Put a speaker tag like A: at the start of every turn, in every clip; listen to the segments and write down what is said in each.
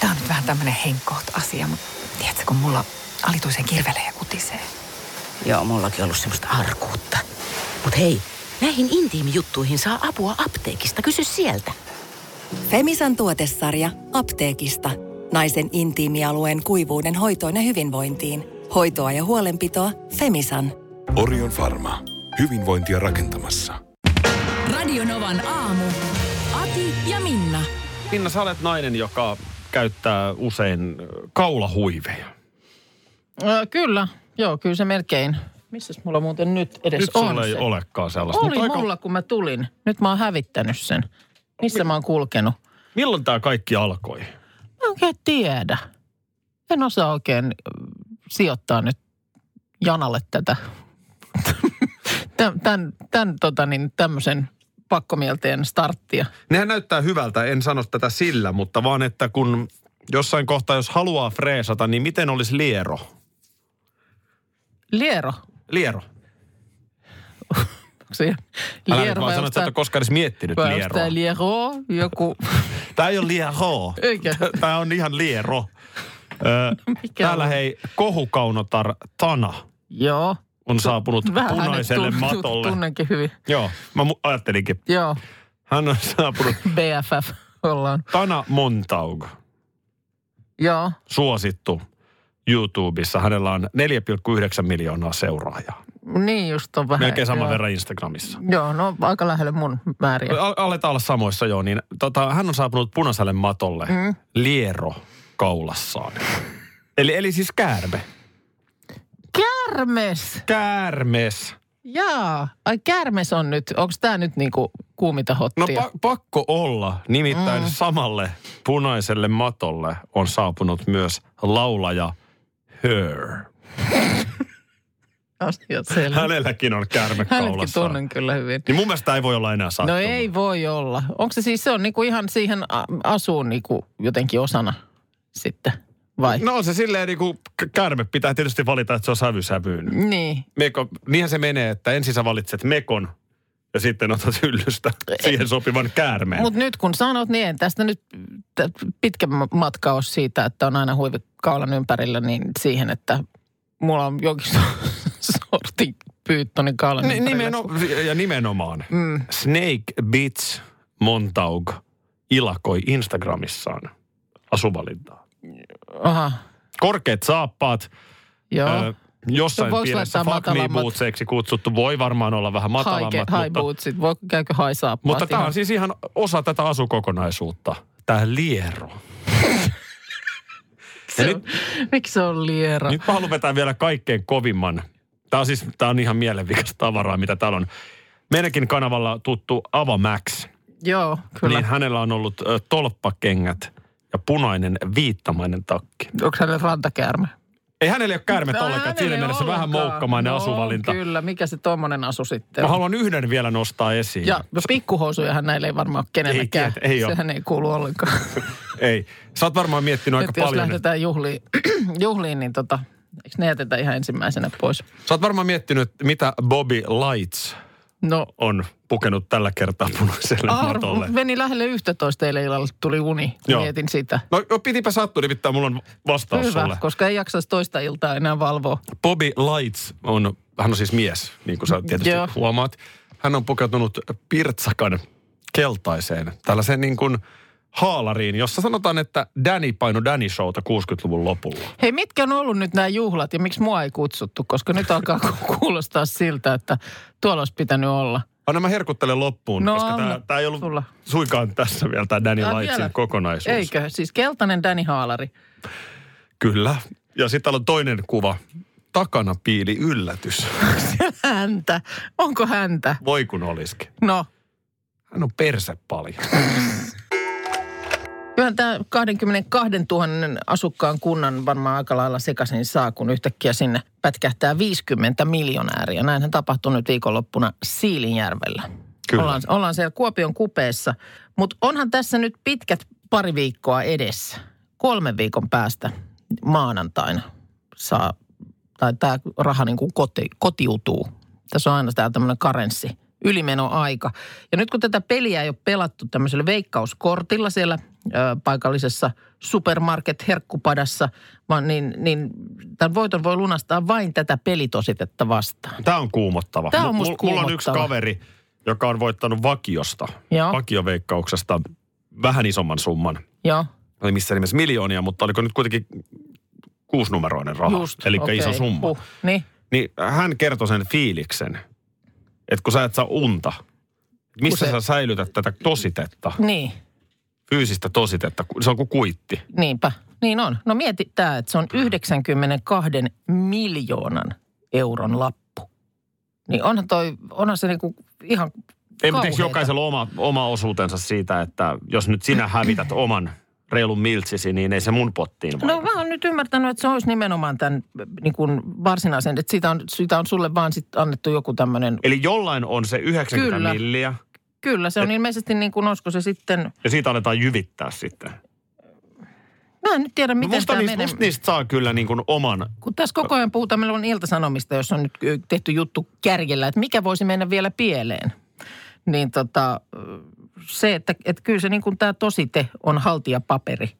A: Tämä on nyt vähän tämmöinen henkkoht asia, mutta tiedätkö, kun mulla alituisen kirvelee ja kutisee.
B: Joo, mullakin ollut semmoista arkuutta. Mut hei, näihin intiimijuttuihin saa apua apteekista. Kysy sieltä.
C: Femisan tuotesarja apteekista. Naisen intiimialueen kuivuuden hoitoon ja hyvinvointiin. Hoitoa ja huolenpitoa Femisan.
D: Orion Pharma. Hyvinvointia rakentamassa.
E: Radionovan aamu. Ati ja Minna.
F: Minna, sä olet nainen, joka käyttää usein kaulahuiveja.
G: Ö, kyllä, joo, kyllä se melkein. Missäs mulla muuten nyt edes
F: Nyt
G: on
F: sulla ei
G: se?
F: olekaan sellaista.
G: Oli
F: Mutta aika-
G: mulla, kun mä tulin. Nyt mä oon hävittänyt sen. Missä mä oon kulkenut?
F: Milloin tämä kaikki alkoi?
G: Mä en oikein tiedä. En osaa oikein ö, sijoittaa nyt janalle tätä. Tän, tän, tän tota niin, tämmöisen pakkomielteen starttia.
F: Nehän näyttää hyvältä, en sano tätä sillä, mutta vaan että kun jossain kohtaa, jos haluaa freesata, niin miten olisi liero?
G: Liero.
F: Liero.
G: Onko se
F: Älä
G: liero
F: nyt vaan
G: vai
F: sano,
G: onko
F: että
G: tää-
F: et ole koskaan edes miettinyt
G: vai onko
F: lieroa.
G: tää liero? Joku,
F: Tämä ei ole liero.
G: Eikä.
F: Tämä on ihan liero. Ö,
G: mikä
F: täällä
G: on?
F: hei, kohukaunotar Tana
G: Joo.
F: on saapunut
G: Vähän hänet
F: punaiselle
G: tun- tun-
F: matolle.
G: Tunnenkin hyvin.
F: Joo, mä mu- ajattelinkin.
G: Joo,
F: Hän on saapunut
G: BFF ollaan.
F: Tana Montaug,
G: Joo,
F: suosittu YouTubessa. Hänellä on 4,9 miljoonaa seuraajaa.
G: niin just on vähän.
F: Melkein saman
G: joo.
F: verran Instagramissa.
G: Joo, no aika lähelle mun määriä.
F: Al- Aletaan olla samoissa joo, niin tota, hän on saapunut punaiselle matolle mm. liero kaulassaan. Eli, eli siis käärme.
G: Kärmes!
F: Käärmes.
G: Jaa, ai kärmes on nyt. Onko tämä nyt niinku kuumita
F: No
G: hottia?
F: pa- pakko olla, nimittäin mm. samalle punaiselle matolle on saapunut myös laulaja Her.
G: Asiat selvä.
F: Hänelläkin on käärme
G: Hänetkin
F: kaulassaan.
G: tunnen kyllä hyvin.
F: Niin mun mielestä tää ei voi olla enää sattuma.
G: No ei voi olla. Onko se siis, se on niinku ihan siihen a- asuun niinku jotenkin osana sitten, vai?
F: No on se silleen niin kuin käärme pitää tietysti valita, että se on sävysävyyn.
G: Niin.
F: Meko, niinhän se menee, että ensin sä valitset mekon ja sitten otat hyllystä siihen sopivan käärmeen. Mut,
G: Mutta nyt kun sanot, niin en tästä nyt t- pitkä ma- matka on siitä, että on aina huivikaulan ympärillä, niin siihen, että mulla on jokin so- sorti pyyttonin kaulan
F: Ni,
G: ympärillä.
F: nimeno- ja nimenomaan.
G: Mm.
F: Snake Beats Montaug ilakoi Instagramissaan asuvalintaa.
G: Aha,
F: Korkeat saappaat,
G: joo.
F: ö, jossain
G: No voiko
F: pienessä
G: laittaa
F: fuck me
G: matalammat?
F: bootseiksi kutsuttu, voi varmaan olla vähän matalammat,
G: Haike, high
F: mutta,
G: bootsit, voi, käykö high saappaat?
F: mutta tämä
G: ihan?
F: on siis ihan osa tätä asukokonaisuutta, tämä liero.
G: Se on- Miksi se on liera?
F: siis- Nyt mä haluan vetää vielä kaikkein kovimman. Tämä on siis, tämä on ihan mielenvikasta tavaraa, mitä täällä on. Meidänkin kanavalla tuttu Ava Max,
G: Joo,
F: Kyllä.
G: kyllä.
F: niin hänellä on ollut ö, tolppakengät ja punainen viittamainen takki.
G: Onko hänellä rantakäärme?
F: Ei hänellä ole käärmettä ollenkaan,
G: Hänellä
F: että siinä
G: ei
F: mielessä vähän
G: ollenkaan.
F: moukkamainen
G: no,
F: no, asuvalinta.
G: kyllä, mikä se tommonen asu sitten
F: Mä
G: on?
F: haluan yhden vielä nostaa esiin.
G: Ja pikkuhousujahan näillä ei varmaan ole kenelläkään.
F: tiedä, ei oo.
G: Sehän ei kuulu ollenkaan.
F: Ei, sä oot varmaan miettinyt aika
G: Nyt jos
F: paljon.
G: lähdetään juhliin, juhliin niin tota, eikö ne jätetä ihan ensimmäisenä pois?
F: Sä oot varmaan miettinyt, mitä Bobby Lights
G: No,
F: on pukenut tällä kertaa punaiselle matolle.
G: arvo, meni lähelle 11 eilen illalla, tuli uni.
F: Joo.
G: Joo. Mietin sitä.
F: No no, pitipä sattua, nimittäin mulla on vastaus
G: Hyvä,
F: sulle.
G: koska ei jaksaisi toista iltaa enää valvoa.
F: Bobby Lights on, hän on siis mies, niin kuin sä tietysti Joo.
G: Joo.
F: huomaat. Hän on pukeutunut pirtsakan keltaiseen, tällaiseen niin kuin haalariin, jossa sanotaan, että Danny paino Danny Showta 60-luvun lopulla.
G: Hei, mitkä on ollut nyt nämä juhlat ja miksi mua ei kutsuttu? Koska nyt alkaa ku- kuulostaa siltä, että tuolla olisi pitänyt olla.
F: Anna mä herkuttelen loppuun,
G: No,
F: koska
G: anna
F: tämä, tämä ei ollut
G: tulla.
F: suinkaan tässä vielä tämä Danny
G: Tää on
F: Lightsin
G: vielä-
F: kokonaisuus.
G: Eikö? Siis keltainen Danny Haalari.
F: Kyllä. Ja sitten täällä on toinen kuva. Takana piili yllätys.
G: Häntä. Onko häntä?
F: Voi kun olisikin.
G: No,
F: Hän on perse paljon.
G: Kyllähän tämä 22 000 asukkaan kunnan varmaan aika lailla sekaisin saa, kun yhtäkkiä sinne pätkähtää 50 miljonääriä. Näinhän tapahtui nyt viikonloppuna Siilinjärvellä.
F: Kyllä.
G: Ollaan, ollaan siellä Kuopion kupeessa. Mutta onhan tässä nyt pitkät pari viikkoa edessä. Kolmen viikon päästä maanantaina saa, tai tämä raha niin kuin koti, kotiutuu. Tässä on aina tämä tämmöinen karenssi, ylimenoaika. Ja nyt kun tätä peliä ei ole pelattu tämmöisellä veikkauskortilla siellä ö, paikallisessa supermarket-herkkupadassa, vaan niin, niin tämän voiton voi lunastaa vain tätä pelitositetta vastaan.
F: Tämä on kuumottava.
G: Tää on
F: Mu-
G: musta
F: mu- Mulla on yksi
G: kuumottava.
F: kaveri, joka on voittanut vakiosta,
G: Joo.
F: vakioveikkauksesta vähän isomman summan.
G: Joo,
F: Ei missään nimessä miljoonia, mutta oliko nyt kuitenkin kuusinumeroinen raha,
G: just.
F: eli
G: okei.
F: iso summa.
G: Huh, niin,
F: Niin hän kertoi sen fiiliksen, että kun sä et saa unta, missä
G: se-
F: sä säilytät tätä tositetta,
G: niin,
F: fyysistä tositetta, ku- se on kuin kuitti.
G: niinpä. Niin on. No mieti tämä, että se on 92 miljoonan euron lappu. Niin onhan toi, onhan se niinku ihan
F: Ei, mutta eikö
G: kauheeta.
F: jokaisella oma, oma osuutensa siitä, että jos nyt sinä hävität oman reilun miltsisi, niin ei se mun pottiin
G: No
F: vaikuta.
G: mä oon nyt ymmärtänyt, että se olisi nimenomaan tämän niin kuin varsinaisen, että siitä on, siitä on sulle vaan sit annettu joku tämmöinen.
F: Eli jollain on se 90
G: Kyllä.
F: milliä,
G: Kyllä,
F: Eh.
G: se on ilmeisesti niin kuin, olisiko se sitten,
F: ja siitä aletaan jyvittää sitten.
G: mä en nyt tiedä miten
F: musta,
G: tämä
F: niistä,
G: menee.
F: musta niistä saa kyllä niin kuin oman.
G: Kun tässä koko ajan puhutaan, meillä on iltasanomista, jossa on nyt ö, tehty juttu kärjellä, että mikä voisi mennä vielä pieleen. Niin tota, ö, se, että, että kyllä se niin kuin tämä tosite on haltijapaperi.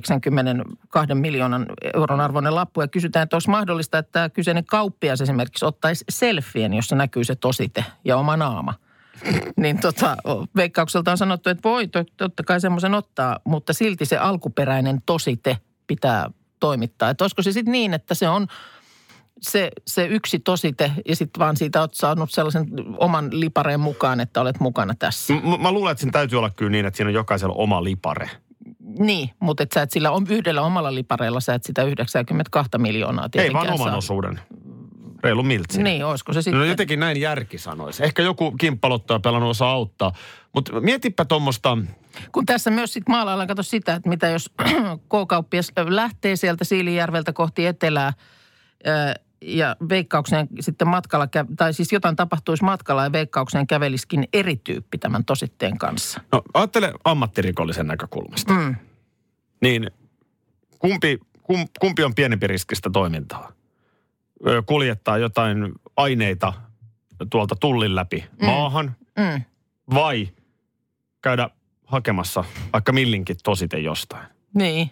G: 92 miljoonan euron arvoinen lappu ja kysytään, että olisi mahdollista, että tämä kyseinen kauppias esimerkiksi ottaisi selfien, jossa näkyy se tosite ja oma naama. niin tota, veikkaukselta on sanottu, että voi to- totta kai semmoisen ottaa, mutta silti se alkuperäinen tosite pitää toimittaa. Että olisiko se sitten niin, että se on se, se yksi tosite ja sitten vaan siitä oot saanut sellaisen oman lipareen mukaan, että olet mukana tässä.
F: M- mä luulen, että siinä täytyy olla kyllä niin, että siinä on jokaisella oma lipare.
G: Niin, mutta et sä et sillä om- yhdellä omalla lipareella, sä et sitä 92 miljoonaa
F: Ei
G: tietenkään
F: vaan oman
G: saa.
F: osuuden. Reilun miltsin.
G: Niin, olisiko se sitten?
F: No jotenkin näin järki sanoisi. Ehkä joku kimppalottaja pelannut osaa auttaa. Mutta mietipä tuommoista,
G: Kun tässä myös sitten maalaillaan, kato sitä, että mitä jos K-kauppias lähtee sieltä Siilijärveltä kohti etelää ö, ja veikkaukseen sitten matkalla, kä- tai siis jotain tapahtuisi matkalla ja veikkaukseen käveliskin eri tyyppi tämän tositteen kanssa.
F: no ajattele ammattirikollisen näkökulmasta.
G: Mm.
F: Niin kumpi, kum, kumpi on pienempi riskistä toimintaa? Ö, Kuljettaa jotain aineita tuolta tullin läpi mm. maahan
G: Mm.
F: vai käydä hakemassa vaikka millinkin tosite jostain?
G: Niin.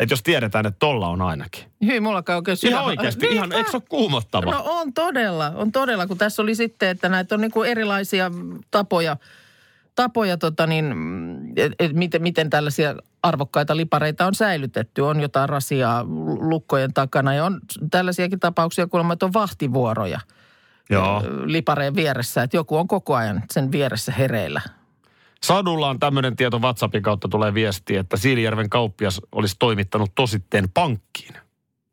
F: Että jos tiedetään, että tolla on ainakin.
G: Hyi, mullakaan oikein sydän.
F: Ihan oikeasti, ihan, eikö se ole kuumottava?
G: Niin, No on todella, on todella, kun tässä oli sitten, että näitä on niin kuin erilaisia tapoja, tapoja tota niin, mm, et, et miten, miten tällaisia arvokkaita lipareita on säilytetty. On jotain rasiaa lu- lukkojen takana ja on tällaisiakin tapauksia, kuulemma, että on vahtivuoroja
F: Joo.
G: ö, lipareen vieressä, että joku on koko ajan sen vieressä hereillä.
F: Sadulla on tämmöinen tieto WhatsAppin kautta tulee viesti, että Siilijärven kauppias olisi toimittanut tositteen pankkiin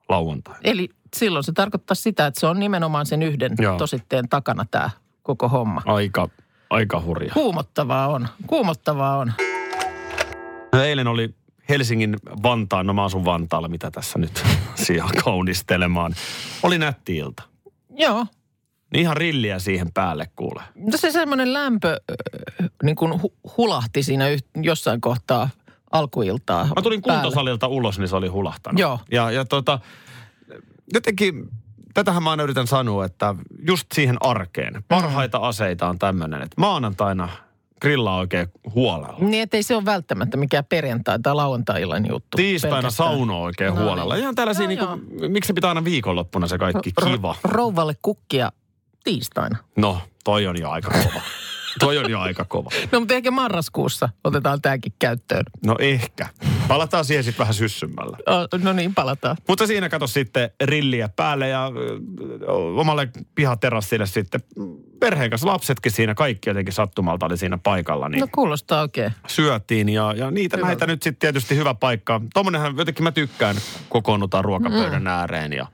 F: lauantaina.
G: Eli silloin se tarkoittaa sitä, että se on nimenomaan sen yhden
F: Joo.
G: tositteen takana tämä koko homma.
F: Aika, aika hurja.
G: Kuumottavaa on, kuumottavaa on.
F: No Eilen oli Helsingin Vantaan, no mä asun Vantaalla, mitä tässä nyt sijaa kaunistelemaan. Oli nätti ilta.
G: Joo,
F: Niin ihan rilliä siihen päälle kuule.
G: No se semmoinen lämpö äh, niin kuin hu- hulahti siinä yht, jossain kohtaa alkuiltaa.
F: Mä tulin
G: päälle.
F: kuntosalilta ulos, niin se oli hulahtanut.
G: Joo.
F: Ja, ja tota, jotenkin, tätähän mä aina yritän sanoa, että just siihen arkeen. Parhaita
G: Mm.
F: aseita on tämmöinen, että maanantaina grillaa oikein huolella.
G: Niin, ettei se ole välttämättä mikään perjantai- tai lauantai-illan juttu.
F: Tiistaina
G: pelkästään.
F: sauno oikein
G: No
F: huolella.
G: niin.
F: Ihan tällaisia,
G: No
F: no,
G: joo.
F: niin miksi se pitää aina viikonloppuna se kaikki
G: Ro-
F: kiva?
G: Rouvalle kukkia tiistaina.
F: No, toi on jo aika kova. toi on jo aika kova.
G: No, mutta ehkä marraskuussa otetaan tämäkin käyttöön.
F: No ehkä. Palataan siihen sitten vähän syssymmällä.
G: O, No niin, palataan.
F: Mutta siinä kato sitten rilliä päälle ja ö, ö, omalle pihaterassille sitten perheen kanssa lapsetkin siinä, kaikki jotenkin sattumalta oli siinä paikalla, niin
G: No
F: no.
G: kuulostaa oikein.
F: syötiin ja, ja niitä Hyvä. näitä nyt sitten tietysti hyvä paikka. Tuommoinenhan jotenkin mä tykkään, kokoonnutaan ruokapöydän mm. ääreen ja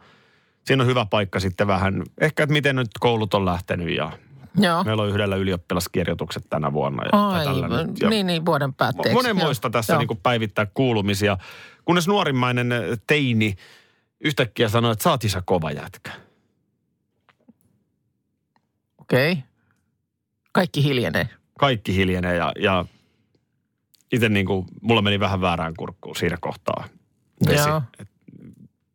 F: siinä on hyvä paikka sitten vähän, ehkä että miten nyt koulut on lähtenyt ja
G: Joo.
F: meillä on yhdellä ylioppilaskirjoitukset tänä vuonna. Ja tai No, tällä
G: Aivan.
F: nyt. Ja
G: Niin, niin, vuoden päätteeksi.
F: Monenmoista
G: Joo.
F: tässä
G: Joo.
F: niin kuin päivittää kuulumisia. Kunnes nuorimmainen teini yhtäkkiä sanoi, että saat isä kova jätkä.
G: Okei. Okay. Kaikki hiljenee.
F: Kaikki hiljenee ja, ja itse niin kuin, mulla meni vähän väärään kurkkuun siinä kohtaa. Vesi.
G: Joo.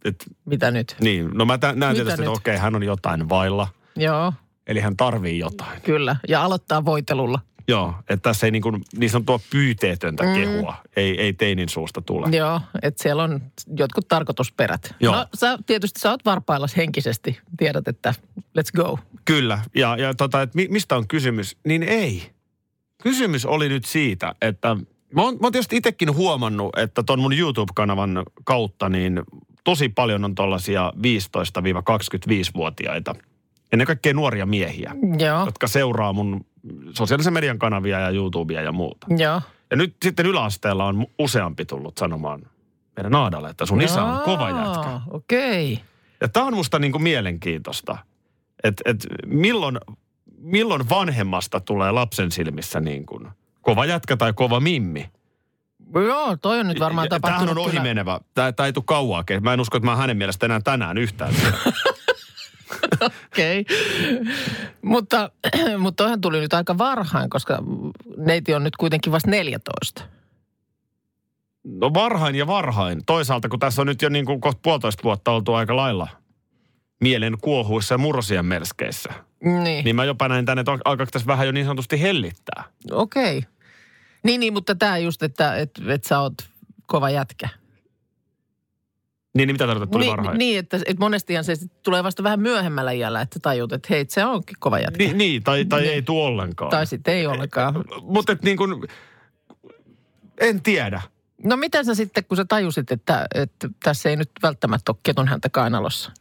F: Et,
G: Mitä nyt?
F: niin, no mä tä- näen
G: Mitä
F: tietysti, että
G: nyt?
F: okei, hän on jotain vailla.
G: Joo.
F: Eli hän tarvii jotain.
G: Kyllä, ja aloittaa voitelulla.
F: Joo, että tässä ei niin, kuin, niin sanottua pyyteetöntä mm. kehua, ei, ei teinin suusta tule.
G: Joo, että siellä on jotkut tarkoitusperät.
F: Joo.
G: No sä tietysti sä oot varpaillas henkisesti, tiedät, että let's go.
F: Kyllä, ja, ja tota, et mi, mistä on kysymys? Niin ei. Kysymys oli nyt siitä, että mä oon, mä oon tietysti itsekin huomannut, että ton mun YouTube-kanavan kautta niin tosi paljon on tollaisia 15-25-vuotiaita, ennen kaikkea nuoria miehiä,
G: Joo,
F: jotka seuraa mun sosiaalisen median kanavia ja YouTubea ja muuta.
G: joo.
F: Ja nyt sitten yläasteella on useampi tullut sanomaan meidän Aadalle, että sun isä on kova jätkä.
G: Jaa, Okei. Okay.
F: Ja tämä on musta niin kuin mielenkiintoista, että et milloin, milloin vanhemmasta tulee lapsen silmissä niin kuin kova jätkä tai kova mimmi.
G: Joo, toi on nyt varmaan
F: Ja- ja Tämähän
G: tapahtunut
F: on
G: kyllä.
F: ohimenevä. Tämä, tämä ei tule kauaa. ke- Mä en usko, että mä hänen mielestä enää tänään yhtään.
G: Okei. mutta, mutta toihan tuli nyt aika varhain, koska neiti on nyt kuitenkin vasta 14.
F: No varhain ja varhain. Toisaalta, kun tässä on nyt jo niin kuin kohta puolitoista vuotta oltu aika lailla mielen kuohuissa ja murrosien melskeissä,
G: Niin, niin.
F: niin mä jopa näin tänne, että alkaako tässä vähän jo niin sanotusti hellittää.
G: okei. Niin, niin, mutta tämä just, että et, et sä oot kova jätkä.
F: Niin, niin mitä tarkoitat, tuli
G: niin,
F: varhain?
G: niin, että et monestihan se sit tulee vasta vähän myöhemmällä iällä, että tajut, että hei, se onkin kova jätkä. Niin.
F: Niin, niin tai, tai ei tuu ollenkaan.
G: Tai sitten ei ollenkaan.
F: Mutta niin kuin, en tiedä.
G: No mitä sä sitten, kun sä tajusit, että, että tässä ei nyt välttämättä ole ketun häntä kainalossa?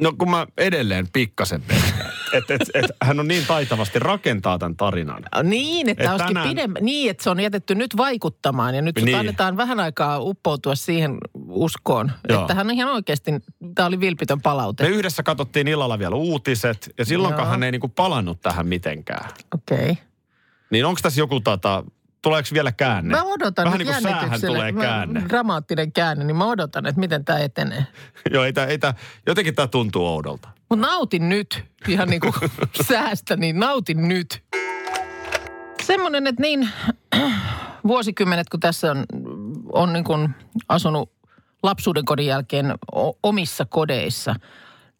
F: No kun mä edelleen pikkasen pelkään. että et, et, hän on niin taitavasti rakentaa tämän tarinan.
G: Niin, että
F: Et
G: Et olisikin
F: tänään-
G: pidemmä, niin, että se on jätetty nyt vaikuttamaan ja nyt
F: Niin.
G: niin. annetaan vähän aikaa uppoutua siihen uskoon.
F: Joo.
G: Joo. Että hän on ihan oikeasti, tämä oli vilpitön palaute.
F: Me
G: Me...
F: yhdessä katsottiin illalla vielä uutiset, ja silloinkaan
G: Joo.
F: hän ei niinku palannut tähän mitenkään.
G: Okei. Okay.
F: Niin onko tässä joku tota, tuleeko vielä käänne?
G: Mä odotan
F: Vähän
G: nyt
F: niin kuin säähän
G: jännityksellä.
F: tulee
G: Mä-
F: käänne.
G: Dramaattinen käänne, niin mä odotan, että miten tämä etenee.
F: Joo, ei tää, ei tää, jotenkin tämä tuntuu oudolta.
G: Mutta nautin nyt, ihan niin kuin säästä, niin nautin nyt. Semmoinen, että niin vuosikymmenet, kun tässä on, on niin kuin asunut lapsuuden kodin jälkeen o- omissa kodeissa,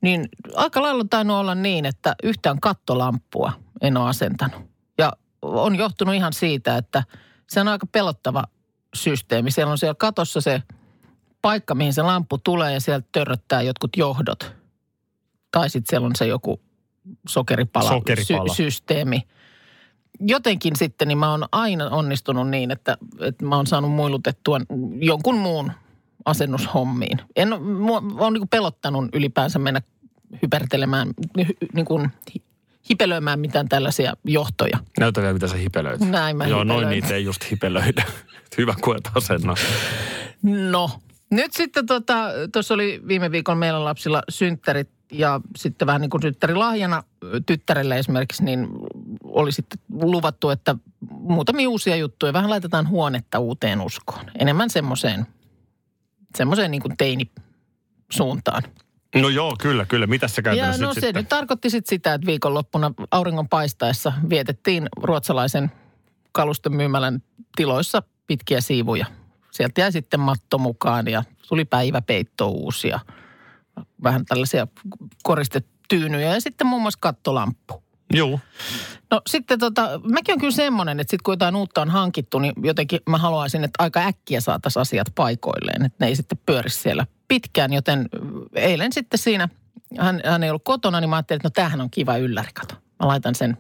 G: niin aika lailla on tainnut olla niin, että yhtään kattolampua en ole asentanut. Ja on johtunut ihan siitä, että se on aika pelottava systeemi. Siellä on siellä katossa se paikka, mihin se lamppu tulee ja sieltä törröttää jotkut johdot. Tai sitten siellä on se joku sokeripala,
F: Sokeripala.
G: systeemi. Jotenkin sitten niin mä oon aina onnistunut niin, että, että mä oon saanut muilutettua jonkun muun asennushommiin. En, oo- mua on niin pelottanut ylipäänsä mennä hypertelemään, hy- niin kuin hi- hipelöimään mitään tällaisia johtoja.
F: Näytä vielä, mitä sä hipelöit.
G: Näin mä
F: Joo, noin
G: hipelöin.
F: niitä ei just hipelöidä. Hyvä, kun et asenna.
G: No, nyt sitten tota, tuossa oli viime viikon meillä lapsilla synttärit ja sitten vähän niin kuin synttärilahjana ö, tyttärelle esimerkiksi, niin oli sitten luvattu, että muutamia uusia juttuja, vähän laitetaan huonetta uuteen uskoon. Enemmän semmoiseen, semmoiseen niin kuin teinisuuntaan.
F: No joo, kyllä, kyllä. Mitä se
G: Ja
F: käytännössä
G: no se
F: nyt sitten?
G: nyt tarkoitti sit sitä, että viikonloppuna auringon paistaessa vietettiin ruotsalaisen kalustomyymälän tiloissa pitkiä siivuja. Sieltä jäi sitten matto mukaan ja tuli päiväpeitto uusi ja vähän tällaisia koristetyynyjä ja sitten muun muassa kattolamppu.
F: Joo.
G: No sitten tota, mäkin on kyllä semmoinen, että sitten kun jotain uutta on hankittu, niin jotenkin mä haluaisin, että aika äkkiä saataisiin asiat paikoilleen, että ne ei sitten pyöri siellä pitkään. Joten eilen sitten siinä, hän, hän ei ollut kotona, niin mä ajattelin, että no tämähän on kiva ylläri, kato. Mä laitan sen,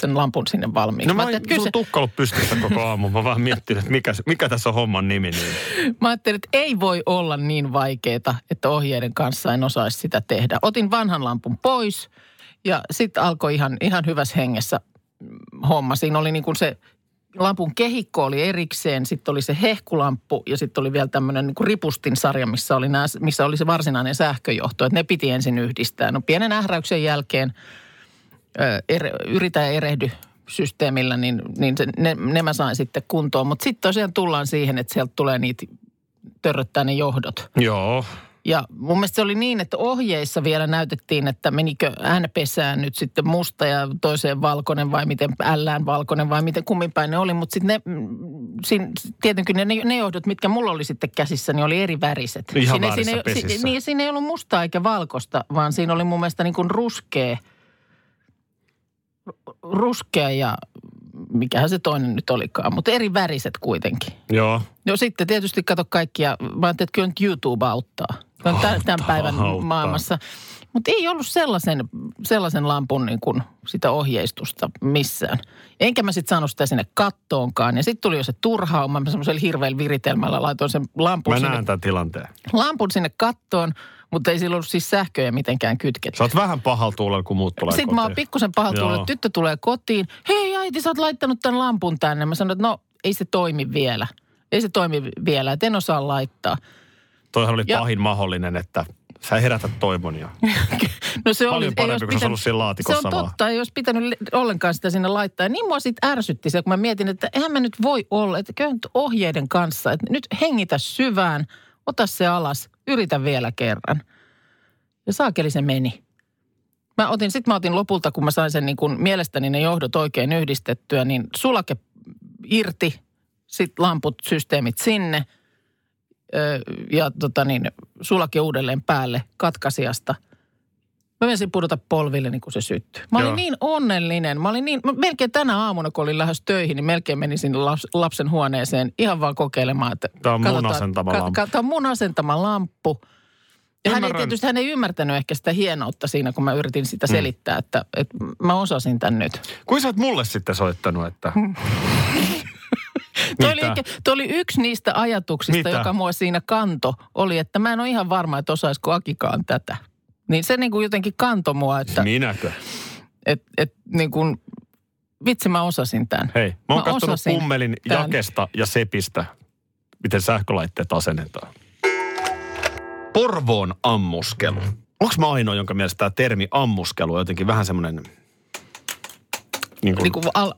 G: sen lampun sinne valmiiksi.
F: No mä,
G: ajattelin, että
F: mä
G: kyllä
F: sun
G: se-
F: tukka ollut pystyssä koko aamu. Mä vaan miettinyt, että mikä, mikä tässä on homman nimi. Niin.
G: Mä ajattelin, että ei voi olla niin vaikeeta, että ohjeiden kanssa en osaisi sitä tehdä. Otin vanhan lampun pois ja sitten alkoi ihan, ihan hyvässä hengessä mm, homma. Siinä oli niin kuin se lampun kehikko oli erikseen, sitten oli se hehkulamppu ja sitten oli vielä tämmöinen niin ripustin sarja, missä oli, nää, missä oli se varsinainen sähköjohto. Että ne piti ensin yhdistää. No pienen ähräyksen jälkeen ö, ere, yritä ja erehdy systeemillä, niin, niin se, ne, ne mä sain sitten kuntoon. Mutta sitten tosiaan tullaan siihen, että sieltä tulee niitä törröttää ne johdot.
F: Joo.
G: Ja mun mielestä se oli niin, että ohjeissa vielä näytettiin, että menikö äänpesään nyt sitten musta ja toiseen valkoinen vai miten ällään valkoinen vai miten kummin päin ne oli. Mutta sitten ne, mm, siinä, tietenkin ne, ne johdot, mitkä mulla oli sitten käsissä, niin oli eri väriset.
F: Ihan
G: siinä,
F: väärissä
G: siinä, ei- si-
F: pesissä.
G: niin, siinä ei ollut mustaa eikä valkoista, vaan siinä oli mun mielestä niin kuin ruskea, ruskea ja mikähän se toinen nyt olikaan, mutta eri väriset kuitenkin.
F: Joo.
G: No sitten tietysti kato kaikkia, mä ajattelin, että kyllä nyt YouTube auttaa. Se on tämän, tämän
F: Auttaa,
G: päivän
F: auttaa.
G: maailmassa. Mutta ei ollut sellaisen, sellaisen lampun niin kuin sitä ohjeistusta missään. Enkä mä sitten saanut sitä sinne kattoonkaan. Ja sitten tuli jo se turhauma. Mä semmoisella hirveällä viritelmällä laitoin sen lampun,
F: Mä
G: sinne,
F: näen tämän tilanteen.
G: lampun sinne kattoon, mutta ei sillä ollut siis sähköjä mitenkään kytketty.
F: Sä oot vähän pahalla tuulella, kun muut tulee
G: Sitten
F: kotiin.
G: mä oon pikkusen pahalla
F: Joo.
G: tuulella. Tyttö tulee kotiin. Hei äiti, sä oot laittanut tämän lampun tänne. Mä sanon, että no ei se toimi vielä. Ei se toimi vielä, että en osaa laittaa.
F: Toihan oli
G: Ja-
F: pahin mahdollinen, että sä herätät toimonia.
G: No se
F: Paljon
G: oli, ei
F: parempi,
G: olisi
F: kun se olisi ollut siinä laatikossa
G: Se on
F: vaan.
G: totta, ei olisi pitänyt le- ollenkaan sitä sinne laittaa. Ja Niin mua sitten ärsytti se, kun mä mietin, että eihän mä nyt voi olla, että kyllä nyt ohjeiden kanssa, että nyt hengitä syvään, ota se alas, yritä vielä kerran. Ja saakeli se meni. Mä otin, sit mä otin lopulta, kun mä sain sen niin kun mielestäni ne johdot oikein yhdistettyä, niin sulake irti, sit lamput, systeemit sinne ö, ja tota niin, sulake uudelleen päälle katkaisijasta. Mä menisin pudota polville, niin kun se syttyi. Mä olin
F: Joo.
G: niin onnellinen. Mä olin niin, mä melkein tänä aamuna, kun olin lähes töihin, niin melkein menin sinne laps- lapsen huoneeseen ihan vaan kokeilemaan. Että
F: Tää on mun
G: katsotaan-
F: asentama
G: kat-
F: lamppu.
G: kat- Tämä on mun asentama lamppu. Ja hän ei,
F: Ymmärrän. Mm.
G: tietysti hän ei ymmärtänyt ehkä sitä hienoutta siinä, kun mä yritin sitä selittää, että, että mä osasin tämän nyt.
F: Kuin sä oot mulle sitten soittanut, että...
G: Toi oli,
F: Mitä?
G: ehkä- toi oli yksi niistä ajatuksista,
F: Mitä?
G: joka mua siinä kanto, oli, että mä en ole ihan varma, että osaisiko Akikaan tätä. Niin se niin kuin jotenkin kanto mua, että
F: Minäkö?
G: et, et, niin kuin, vitsi mä osasin tämän.
F: Hei, mä oon
G: Mä
F: katsonut
G: osasin
F: kummelin
G: tän.
F: jakesta ja sepistä, miten sähkölaitteet asennetaan. Porvoon ammuskelu. Onko mä ainoa, jonka mielestä tämä termi ammuskelu on jotenkin vähän semmoinen... Niin kuin,
G: Niin kuin al,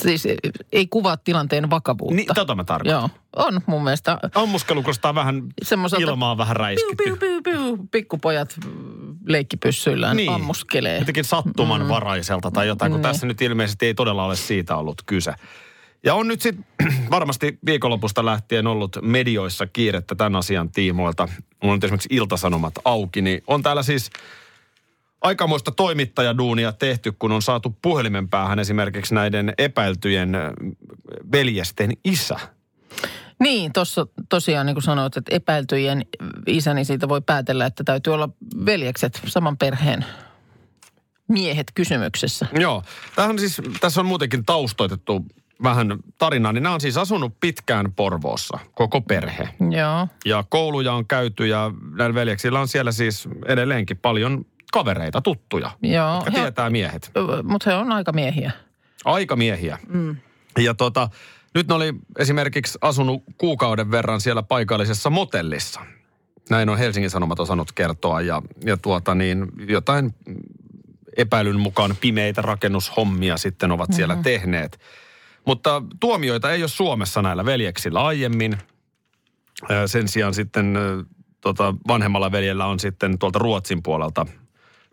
G: siis ei kuvaa tilanteen vakavuutta.
F: niin, tätä mä tarkoitan.
G: Joo, on mun mielestä
F: Ammuskelu kuulostaa vähän
G: semmoiselta
F: ilmaa vähän
G: piu, piu,
F: räiskitty.
G: piu, piu, pikkupojat mm, leikkipyssyillään niin. ammuskelee.
F: Jotenkin sattumanvaraiselta tai jotain, kun
G: Mm.
F: tässä nyt ilmeisesti ei todella ole siitä ollut kyse. Ja on nyt sitten varmasti viikonlopusta lähtien ollut medioissa kiirettä tämän asian tiimoilta. Mulla on nyt esimerkiksi iltasanomat auki, niin on täällä siis aikamoista toimittajaduunia tehty, kun on saatu puhelimen päähän esimerkiksi näiden epäiltyjen ö, veljesten isä.
G: Niin, tossa, tosiaan niin kuin sanoit, että epäiltyjen isä, niin siitä voi päätellä, että täytyy olla veljekset saman perheen miehet kysymyksessä.
F: Joo. Tämähän siis, tässä on muutenkin taustoitettu vähän tarinaa, niin nämä on siis asunut pitkään Porvoossa, koko perhe.
G: Joo,
F: Ja kouluja on käyty ja näillä veljeksillä on siellä siis edelleenkin paljon kavereita, tuttuja,
G: joo.
F: jotka tietää miehet.
G: mutta he on aika miehiä.
F: Aikamiehiä. Mm. Ja tota, nyt ne oli esimerkiksi asunut kuukauden verran siellä paikallisessa motellissa. Näin on Helsingin Sanomat osannut kertoa ja, ja tuota niin, jotain epäilyn mukaan pimeitä rakennushommia sitten ovat siellä mm-hmm. tehneet. Mutta tuomioita ei ole Suomessa näillä veljeksillä aiemmin. Ö, Sen sijaan sitten ö, tota, vanhemmalla veljellä on sitten tuolta Ruotsin puolelta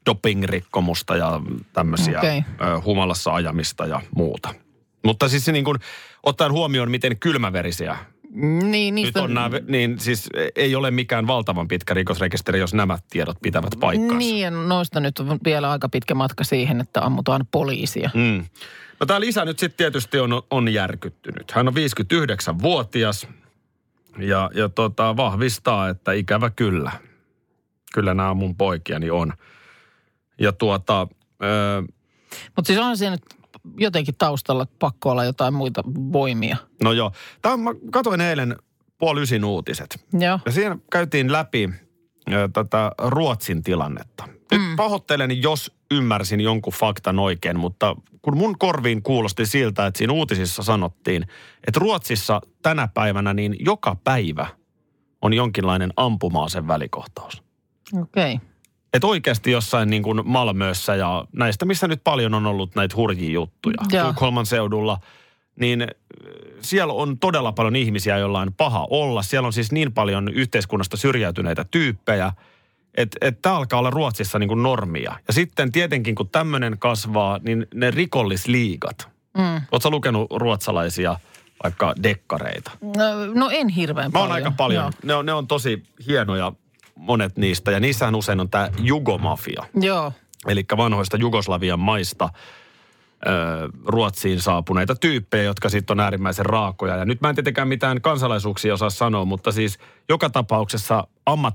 F: dopingrikkomusta ja tämmöisiä
G: Okei.
F: okay. humalassa ajamista ja muuta. Mutta siis se niin kuin, ottaen huomioon, miten kylmäverisiä
G: Niin,
F: nyt
G: niistä
F: on nämä, niin siis ei ole mikään valtavan pitkä rikosrekisteri, jos nämä tiedot pitävät paikkaansa.
G: Niin, ja noista nyt on vielä aika pitkä matka siihen, että ammutaan poliisia.
F: Mm. No tämä lisä nyt sitten tietysti on, on järkyttynyt. Hän on 59-vuotias ja, ja tota, vahvistaa, että ikävä kyllä. Kyllä nämä mun poikiani on. Ja tuota, ö,
G: Mutta siis on siinä nyt jotenkin taustalla pakko olla jotain muita voimia.
F: no joo. Tämä mä katoin eilen puoli ysin uutiset.
G: Joo,
F: Ja siinä käytiin läpi ö, tätä Ruotsin tilannetta. Nyt mm. pahoittelen, jos ymmärsin jonkun faktan oikein, mutta kun mun korviin kuulosti siltä, että siinä uutisissa sanottiin, että Ruotsissa tänä päivänä niin joka päivä on jonkinlainen ampumaaseen välikohtaus.
G: okei. Okay.
F: Että oikeasti jossain niin kuin Malmössä ja näistä, missä nyt paljon on ollut näitä hurjia juttuja,
G: Joo.
F: Tukholman seudulla, niin ö, siellä on todella paljon ihmisiä, joilla on paha olla. Siellä on siis niin paljon yhteiskunnasta syrjäytyneitä tyyppejä, että et tämä alkaa olla Ruotsissa niin kuin normia. Ja sitten tietenkin, kun tämmöinen kasvaa, niin ne rikollisliigat. Mm. Oletko lukenut ruotsalaisia vaikka dekkareita?
G: No en hirveän
F: Mä
G: paljon.
F: oon aika paljon. Ne on, ne on tosi hienoja monet niistä. Ja niissähän usein on tämä jugomafia.
G: Joo. Joo.
F: Eli vanhoista Jugoslavian maista ö, Ruotsiin saapuneita tyyppejä, jotka sitten on äärimmäisen raakoja. Ja nyt mä en tietenkään mitään kansalaisuuksia osaa sanoa, mutta siis joka tapauksessa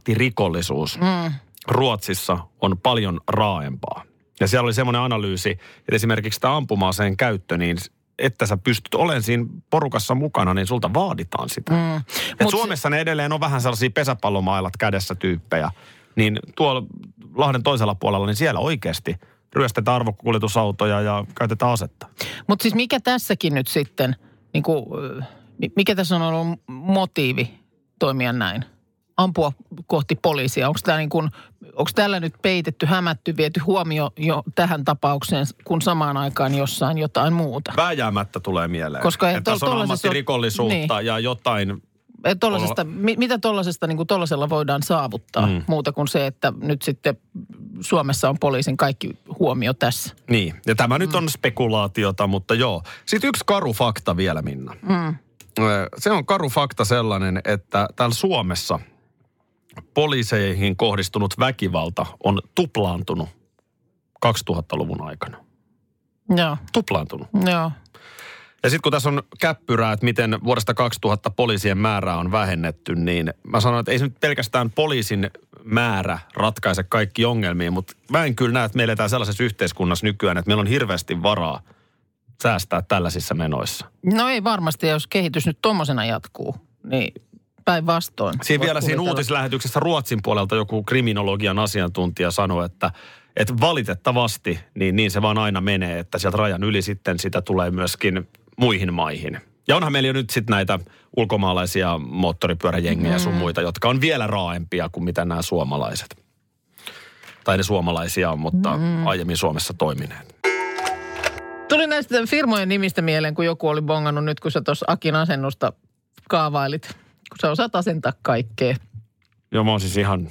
F: ammattirikollisuus mm. Ruotsissa on paljon raaempaa. Ja siellä oli semmoinen analyysi, että esimerkiksi tämä ampumaaseen käyttö, niin että sä pystyt olemaan siinä porukassa mukana, niin sulta vaaditaan sitä. Mm. Et
G: mut-
F: Suomessa ne edelleen on vähän sellaisia pesäpallomailat kädessä tyyppejä. Niin tuolla Lahden toisella puolella, niin siellä oikeasti ryöstetään arvokuljetusautoja ja käytetään asetta.
G: Mutta siis mikä tässäkin nyt sitten, niin kuin, mikä tässä on ollut motiivi toimia näin? Ampua kohti poliisia. Onko tämä niin kuin, onko täällä nyt peitetty, hämätty, viety huomio jo tähän tapaukseen, kun samaan aikaan jossain jotain muuta?
F: Vääjäämättä tulee mieleen,
G: Koska ei
F: että
G: tol-
F: tässä on
G: tollasessa ole-
F: ammattirikollisuutta niin. ja jotain.
G: Et Tollasesta, mi, mitä tollasesta, niin kuin tollasella voidaan saavuttaa mm. muuta kuin se, että nyt sitten Suomessa on poliisin kaikki huomio tässä?
F: Niin, ja tämä nyt on spekulaatiota, mutta joo. Sitten yksi karu fakta vielä, Minna.
G: Mm.
F: Ö, Se on karu fakta sellainen, että täällä Suomessa poliiseihin kohdistunut väkivalta on tuplaantunut 2000-luvun aikana.
G: Joo,
F: Tuplaantunut.
G: joo.
F: Ja sitten kun tässä on käppyrää, että miten vuodesta 2000 poliisien määrää on vähennetty, niin mä sanon, että ei se nyt pelkästään poliisin määrä ratkaise kaikki ongelmia, mutta mä en kyllä näe, että me eletään sellaisessa yhteiskunnassa nykyään, että meillä on hirveästi varaa säästää tällaisissa menoissa.
G: No ei varmasti, jos kehitys nyt tommosena jatkuu, niin päinvastoin.
F: Siinä
G: Voit
F: vielä siinä
G: kuvitella.
F: uutislähetyksessä Ruotsin puolelta joku kriminologian asiantuntija sanoi, että, että valitettavasti niin, niin se vaan aina menee, että sieltä rajan yli sitten sitä tulee myöskin muihin maihin. Ja onhan meillä jo nyt sitten näitä ulkomaalaisia moottoripyöräjengejä mm. sun muita, jotka on vielä raaempia kuin mitä nämä suomalaiset. Tai ne suomalaisia on, mutta mm. aiemmin Suomessa toimineet.
G: Tuli näistä firmojen nimistä mieleen, kun joku oli bongannut nyt, kun sä tuossa Akin asennusta kaavailit. Kun sä osaat asentaa kaikkea.
F: Joo, mä oon siis ihan,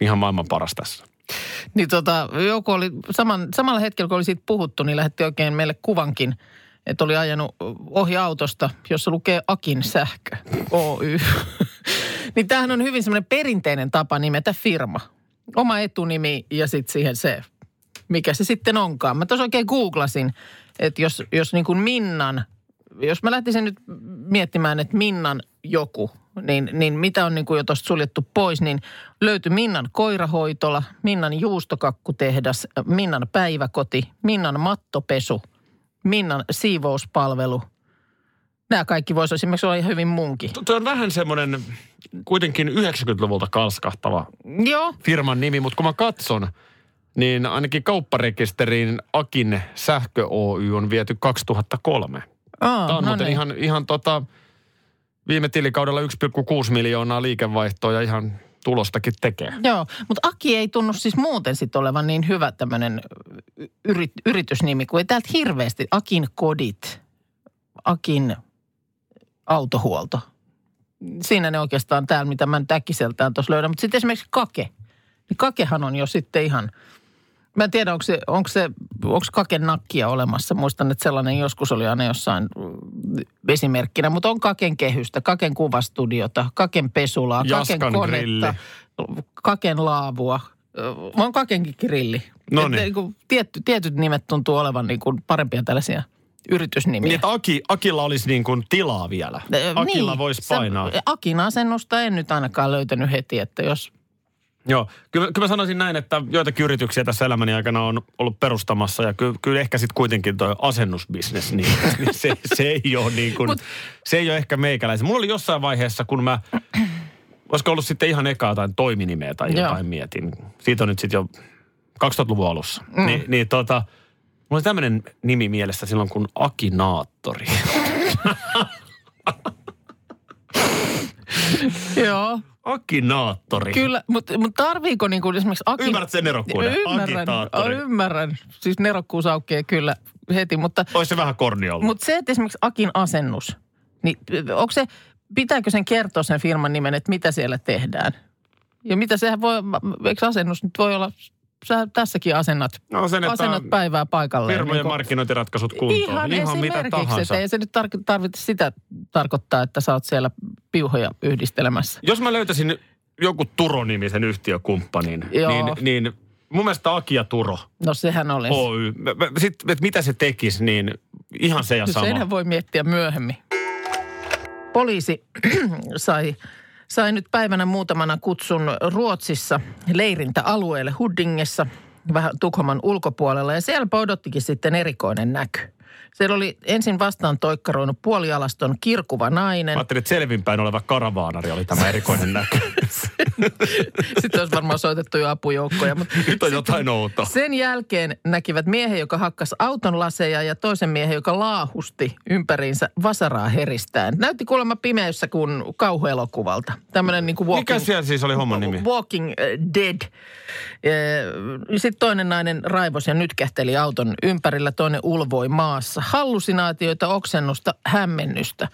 F: ihan maailman paras tässä.
G: Niin tota, joku oli saman, samalla hetkellä, kun oli siitä puhuttu, niin lähetti oikein meille kuvankin, että oli ajanut ohi autosta, jossa lukee Akin sähkö, Oy. niin tämähän on hyvin semmoinen perinteinen tapa nimetä firma. Oma etunimi ja sitten siihen se, mikä se sitten onkaan. Mä tuossa oikein googlasin, että jos, jos niin kuin Minnan, jos mä lähtisin nyt miettimään, että Minnan joku, niin, niin mitä on niin kuin jo tuosta suljettu pois, niin löytyi Minnan koirahoitola, Minnan juustokakkutehdas, Minnan päiväkoti, Minnan mattopesu, Minnan siivouspalvelu. Nämä kaikki voisi esimerkiksi olla ihan hyvin munkin.
F: Tuo on vähän semmoinen kuitenkin 90-luvulta kalskahtava
G: Joo,
F: firman nimi, mutta kun mä katson, niin ainakin kaupparekisteriin Akin sähkö Oy on viety 2003.
G: Aa,
F: Tämä on
G: no
F: muuten
G: niin.
F: ihan, ihan tota, viime tilikaudella 1,6 miljoonaa liikevaihtoa ja ihan tulostakin tekee.
G: Joo, mutta Aki ei tunnu siis muuten sitten olevan niin hyvä tämmöinen yrit, yritysnimi, kun ei täältä hirveästi. Akin kodit, Akin autohuolto. Siinä ne oikeastaan täällä, mitä mä nyt äkkiseltään tuossa löydän. Mutta sitten esimerkiksi Kake. Niin Kakehan on jo sitten ihan... Mä en tiedä, onko se, onko se, onko Kaken nakkia olemassa. Muistan, että sellainen joskus oli aina jossain mm, esimerkkinä. Mutta on Kaken kehystä, Kaken kuvastudiota, Kaken pesulaa,
F: Jaskan
G: Kaken konetta.
F: grilli.
G: Kaken laavua. Ö, On kakenkin grilli.
F: No
G: Että
F: niin.
G: niinku Tietty, tietyt nimet tuntuu olevan niin kuin parempia tällaisia yritysnimiä.
F: Niin, että Aki, Akilla olisi niin kuin tilaa vielä.
G: Ö, niin.
F: Akilla voisi
G: Sä-
F: painaa.
G: Akin asennusta en nyt ainakaan löytänyt heti, että jos...
F: Joo, kyllä, kyllä mä sanoisin näin, että joitakin yrityksiä tässä elämäni aikana on ollut perustamassa ja kyllä, kyllä ehkä sitten kuitenkin tuo asennusbisnes, niin, niin se, se, ei ole niin kuin, Mut, se ei ole ehkä meikäläisen. Mulla oli jossain vaiheessa, kun mä, olisiko ollut sitten ihan ekaa tai toiminimeä tai
G: Joo.
F: jotain mietin. Siitä on nyt sitten jo 2000-luvun alussa. Mm. Ni, niin tota, mulla oli tämmöinen nimi mielessä silloin kuin Akinaattori.
G: Joo,
F: Akinaattori.
G: kyllä, mutta mut tarviiko niin kuin esimerkiksi Akin...
F: Ymmärrät sen nerokkuuden?
G: Ymmärrän,
F: Agitaattori.
G: ymmärrän. Siis nerokkuus aukeaa kyllä heti, mutta...
F: Olisi se vähän korni ollut.
G: Mutta se, että esimerkiksi Akin asennus, niin onko se, pitääkö sen kertoa sen firman nimen, että mitä siellä tehdään? Ja mitä sehän voi, eikö asennus nyt voi olla, sä tässäkin asennat,
F: No sen, että
G: asennat päivää paikalleen.
F: Firmojen
G: niinku.
F: markkinointiratkaisut kuntoon.
G: Ihan, Ihan
F: mitä
G: esimerkiksi,
F: tahansa.
G: että ei se nyt tar- tarvitse sitä tarkoittaa, että sä oot siellä piuhoja yhdistelemässä.
F: Jos mä löytäisin joku Turo-nimisen yhtiökumppanin,
G: Joo.
F: niin, niin mun mielestä Aki ja Turo
G: No sehän olisi.
F: Oy. Mä- mä- Sit, et mitä se tekisi, niin ihan se ja
G: No
F: sama.
G: Senhän voi miettiä myöhemmin. Poliisi sai, sai nyt päivänä muutamana kutsun Ruotsissa leirintäalueelle Huddingessa, vähän Tukholman ulkopuolella. Ja siellä odottikin sitten erikoinen näky. Siellä oli ensin vastaan toikkaroinut puolialaston kirkuva nainen.
F: Mä ajattelin, että selvinpäin oleva karavaanari oli tämä erikoinen näkö.
G: Sitten olisi varmaan soitettu jo apujoukkoja. Mutta
F: Nyt on jotain outoa.
G: Sen jälkeen näkivät miehen, joka hakkas auton laseja ja toisen miehen, joka laahusti ympäriinsä vasaraa heristään. Näytti kuulemma pimeässä kuin kauhuelokuvalta. Tämmöinen niin kuin walking,
F: Mikä siellä siis oli homman nimi?
G: walking eh, dead. Sitten toinen nainen raivos ja nytkähteli auton ympärillä, toinen ulvoi maassa. Hallusinaatioita, oksennusta, hämmennystä.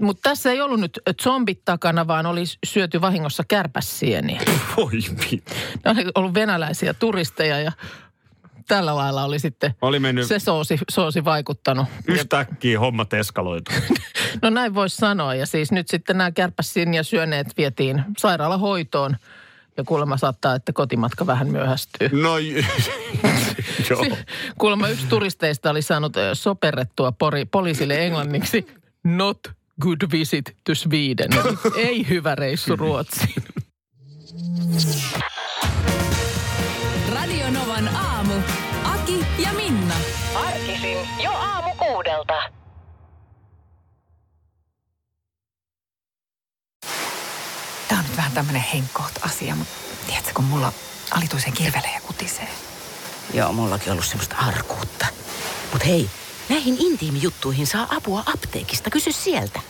G: Mutta tässä ei ollut nyt zombit takana, vaan oli syöty vahingossa kärpäsieniä
F: Voi mitä.
G: ne oli ollut venäläisiä turisteja ja tällä lailla oli sitten
F: Oli mennyt
G: se soosi, soosi vaikuttanut.
F: yhtäkkiä hommat eskaloitu.
G: No näin voisi sanoa ja siis nyt sitten nämä kärpäsin ja syöneet vietiin sairaalahoitoon ja kuulemma saattaa, että kotimatka vähän myöhästyy.
F: No j- joo.
G: Kuulemma yksi turisteista oli saanut ö, soperrettua pori, poliisille englanniksi not good visit to Sweden. Eli Ei hyvä reissu Ruotsiin.
E: Radio Novan aamu. Aki ja Minna.
H: Arkisin jo aamu kuudelta.
A: Tämä on nyt vähän tämmöinen henkkoht asia, mutta tiedätkö, kun mulla alituisen kirvelee ja kutisee.
B: Joo, mullakin ollut semmoista arkuutta. Mutta hei, näihin intiimijuttuihin saa apua apteekista. Kysy sieltä.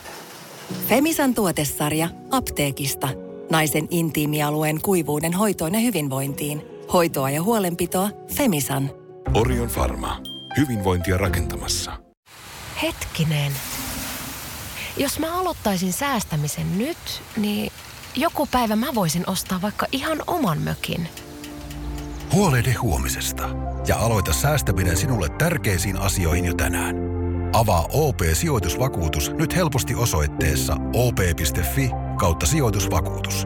C: Femisan tuotesarja apteekista. Naisen intiimialueen kuivuuden hoitoon ja hyvinvointiin. Hoitoa ja huolenpitoa Femisan.
D: Orion Pharma. Hyvinvointia rakentamassa.
H: Hetkinen. Jos mä aloittaisin säästämisen nyt, niin joku päivä mä voisin ostaa vaikka ihan oman mökin.
I: Huolehdi huomisesta ja aloita säästäminen sinulle tärkeisiin asioihin jo tänään. Avaa OP-sijoitusvakuutus nyt helposti osoitteessa op.fi kautta sijoitusvakuutus.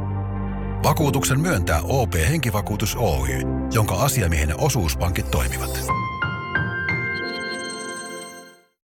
I: Vakuutuksen myöntää OP-henkivakuutus Oy, jonka asiamiehen osuuspankit toimivat.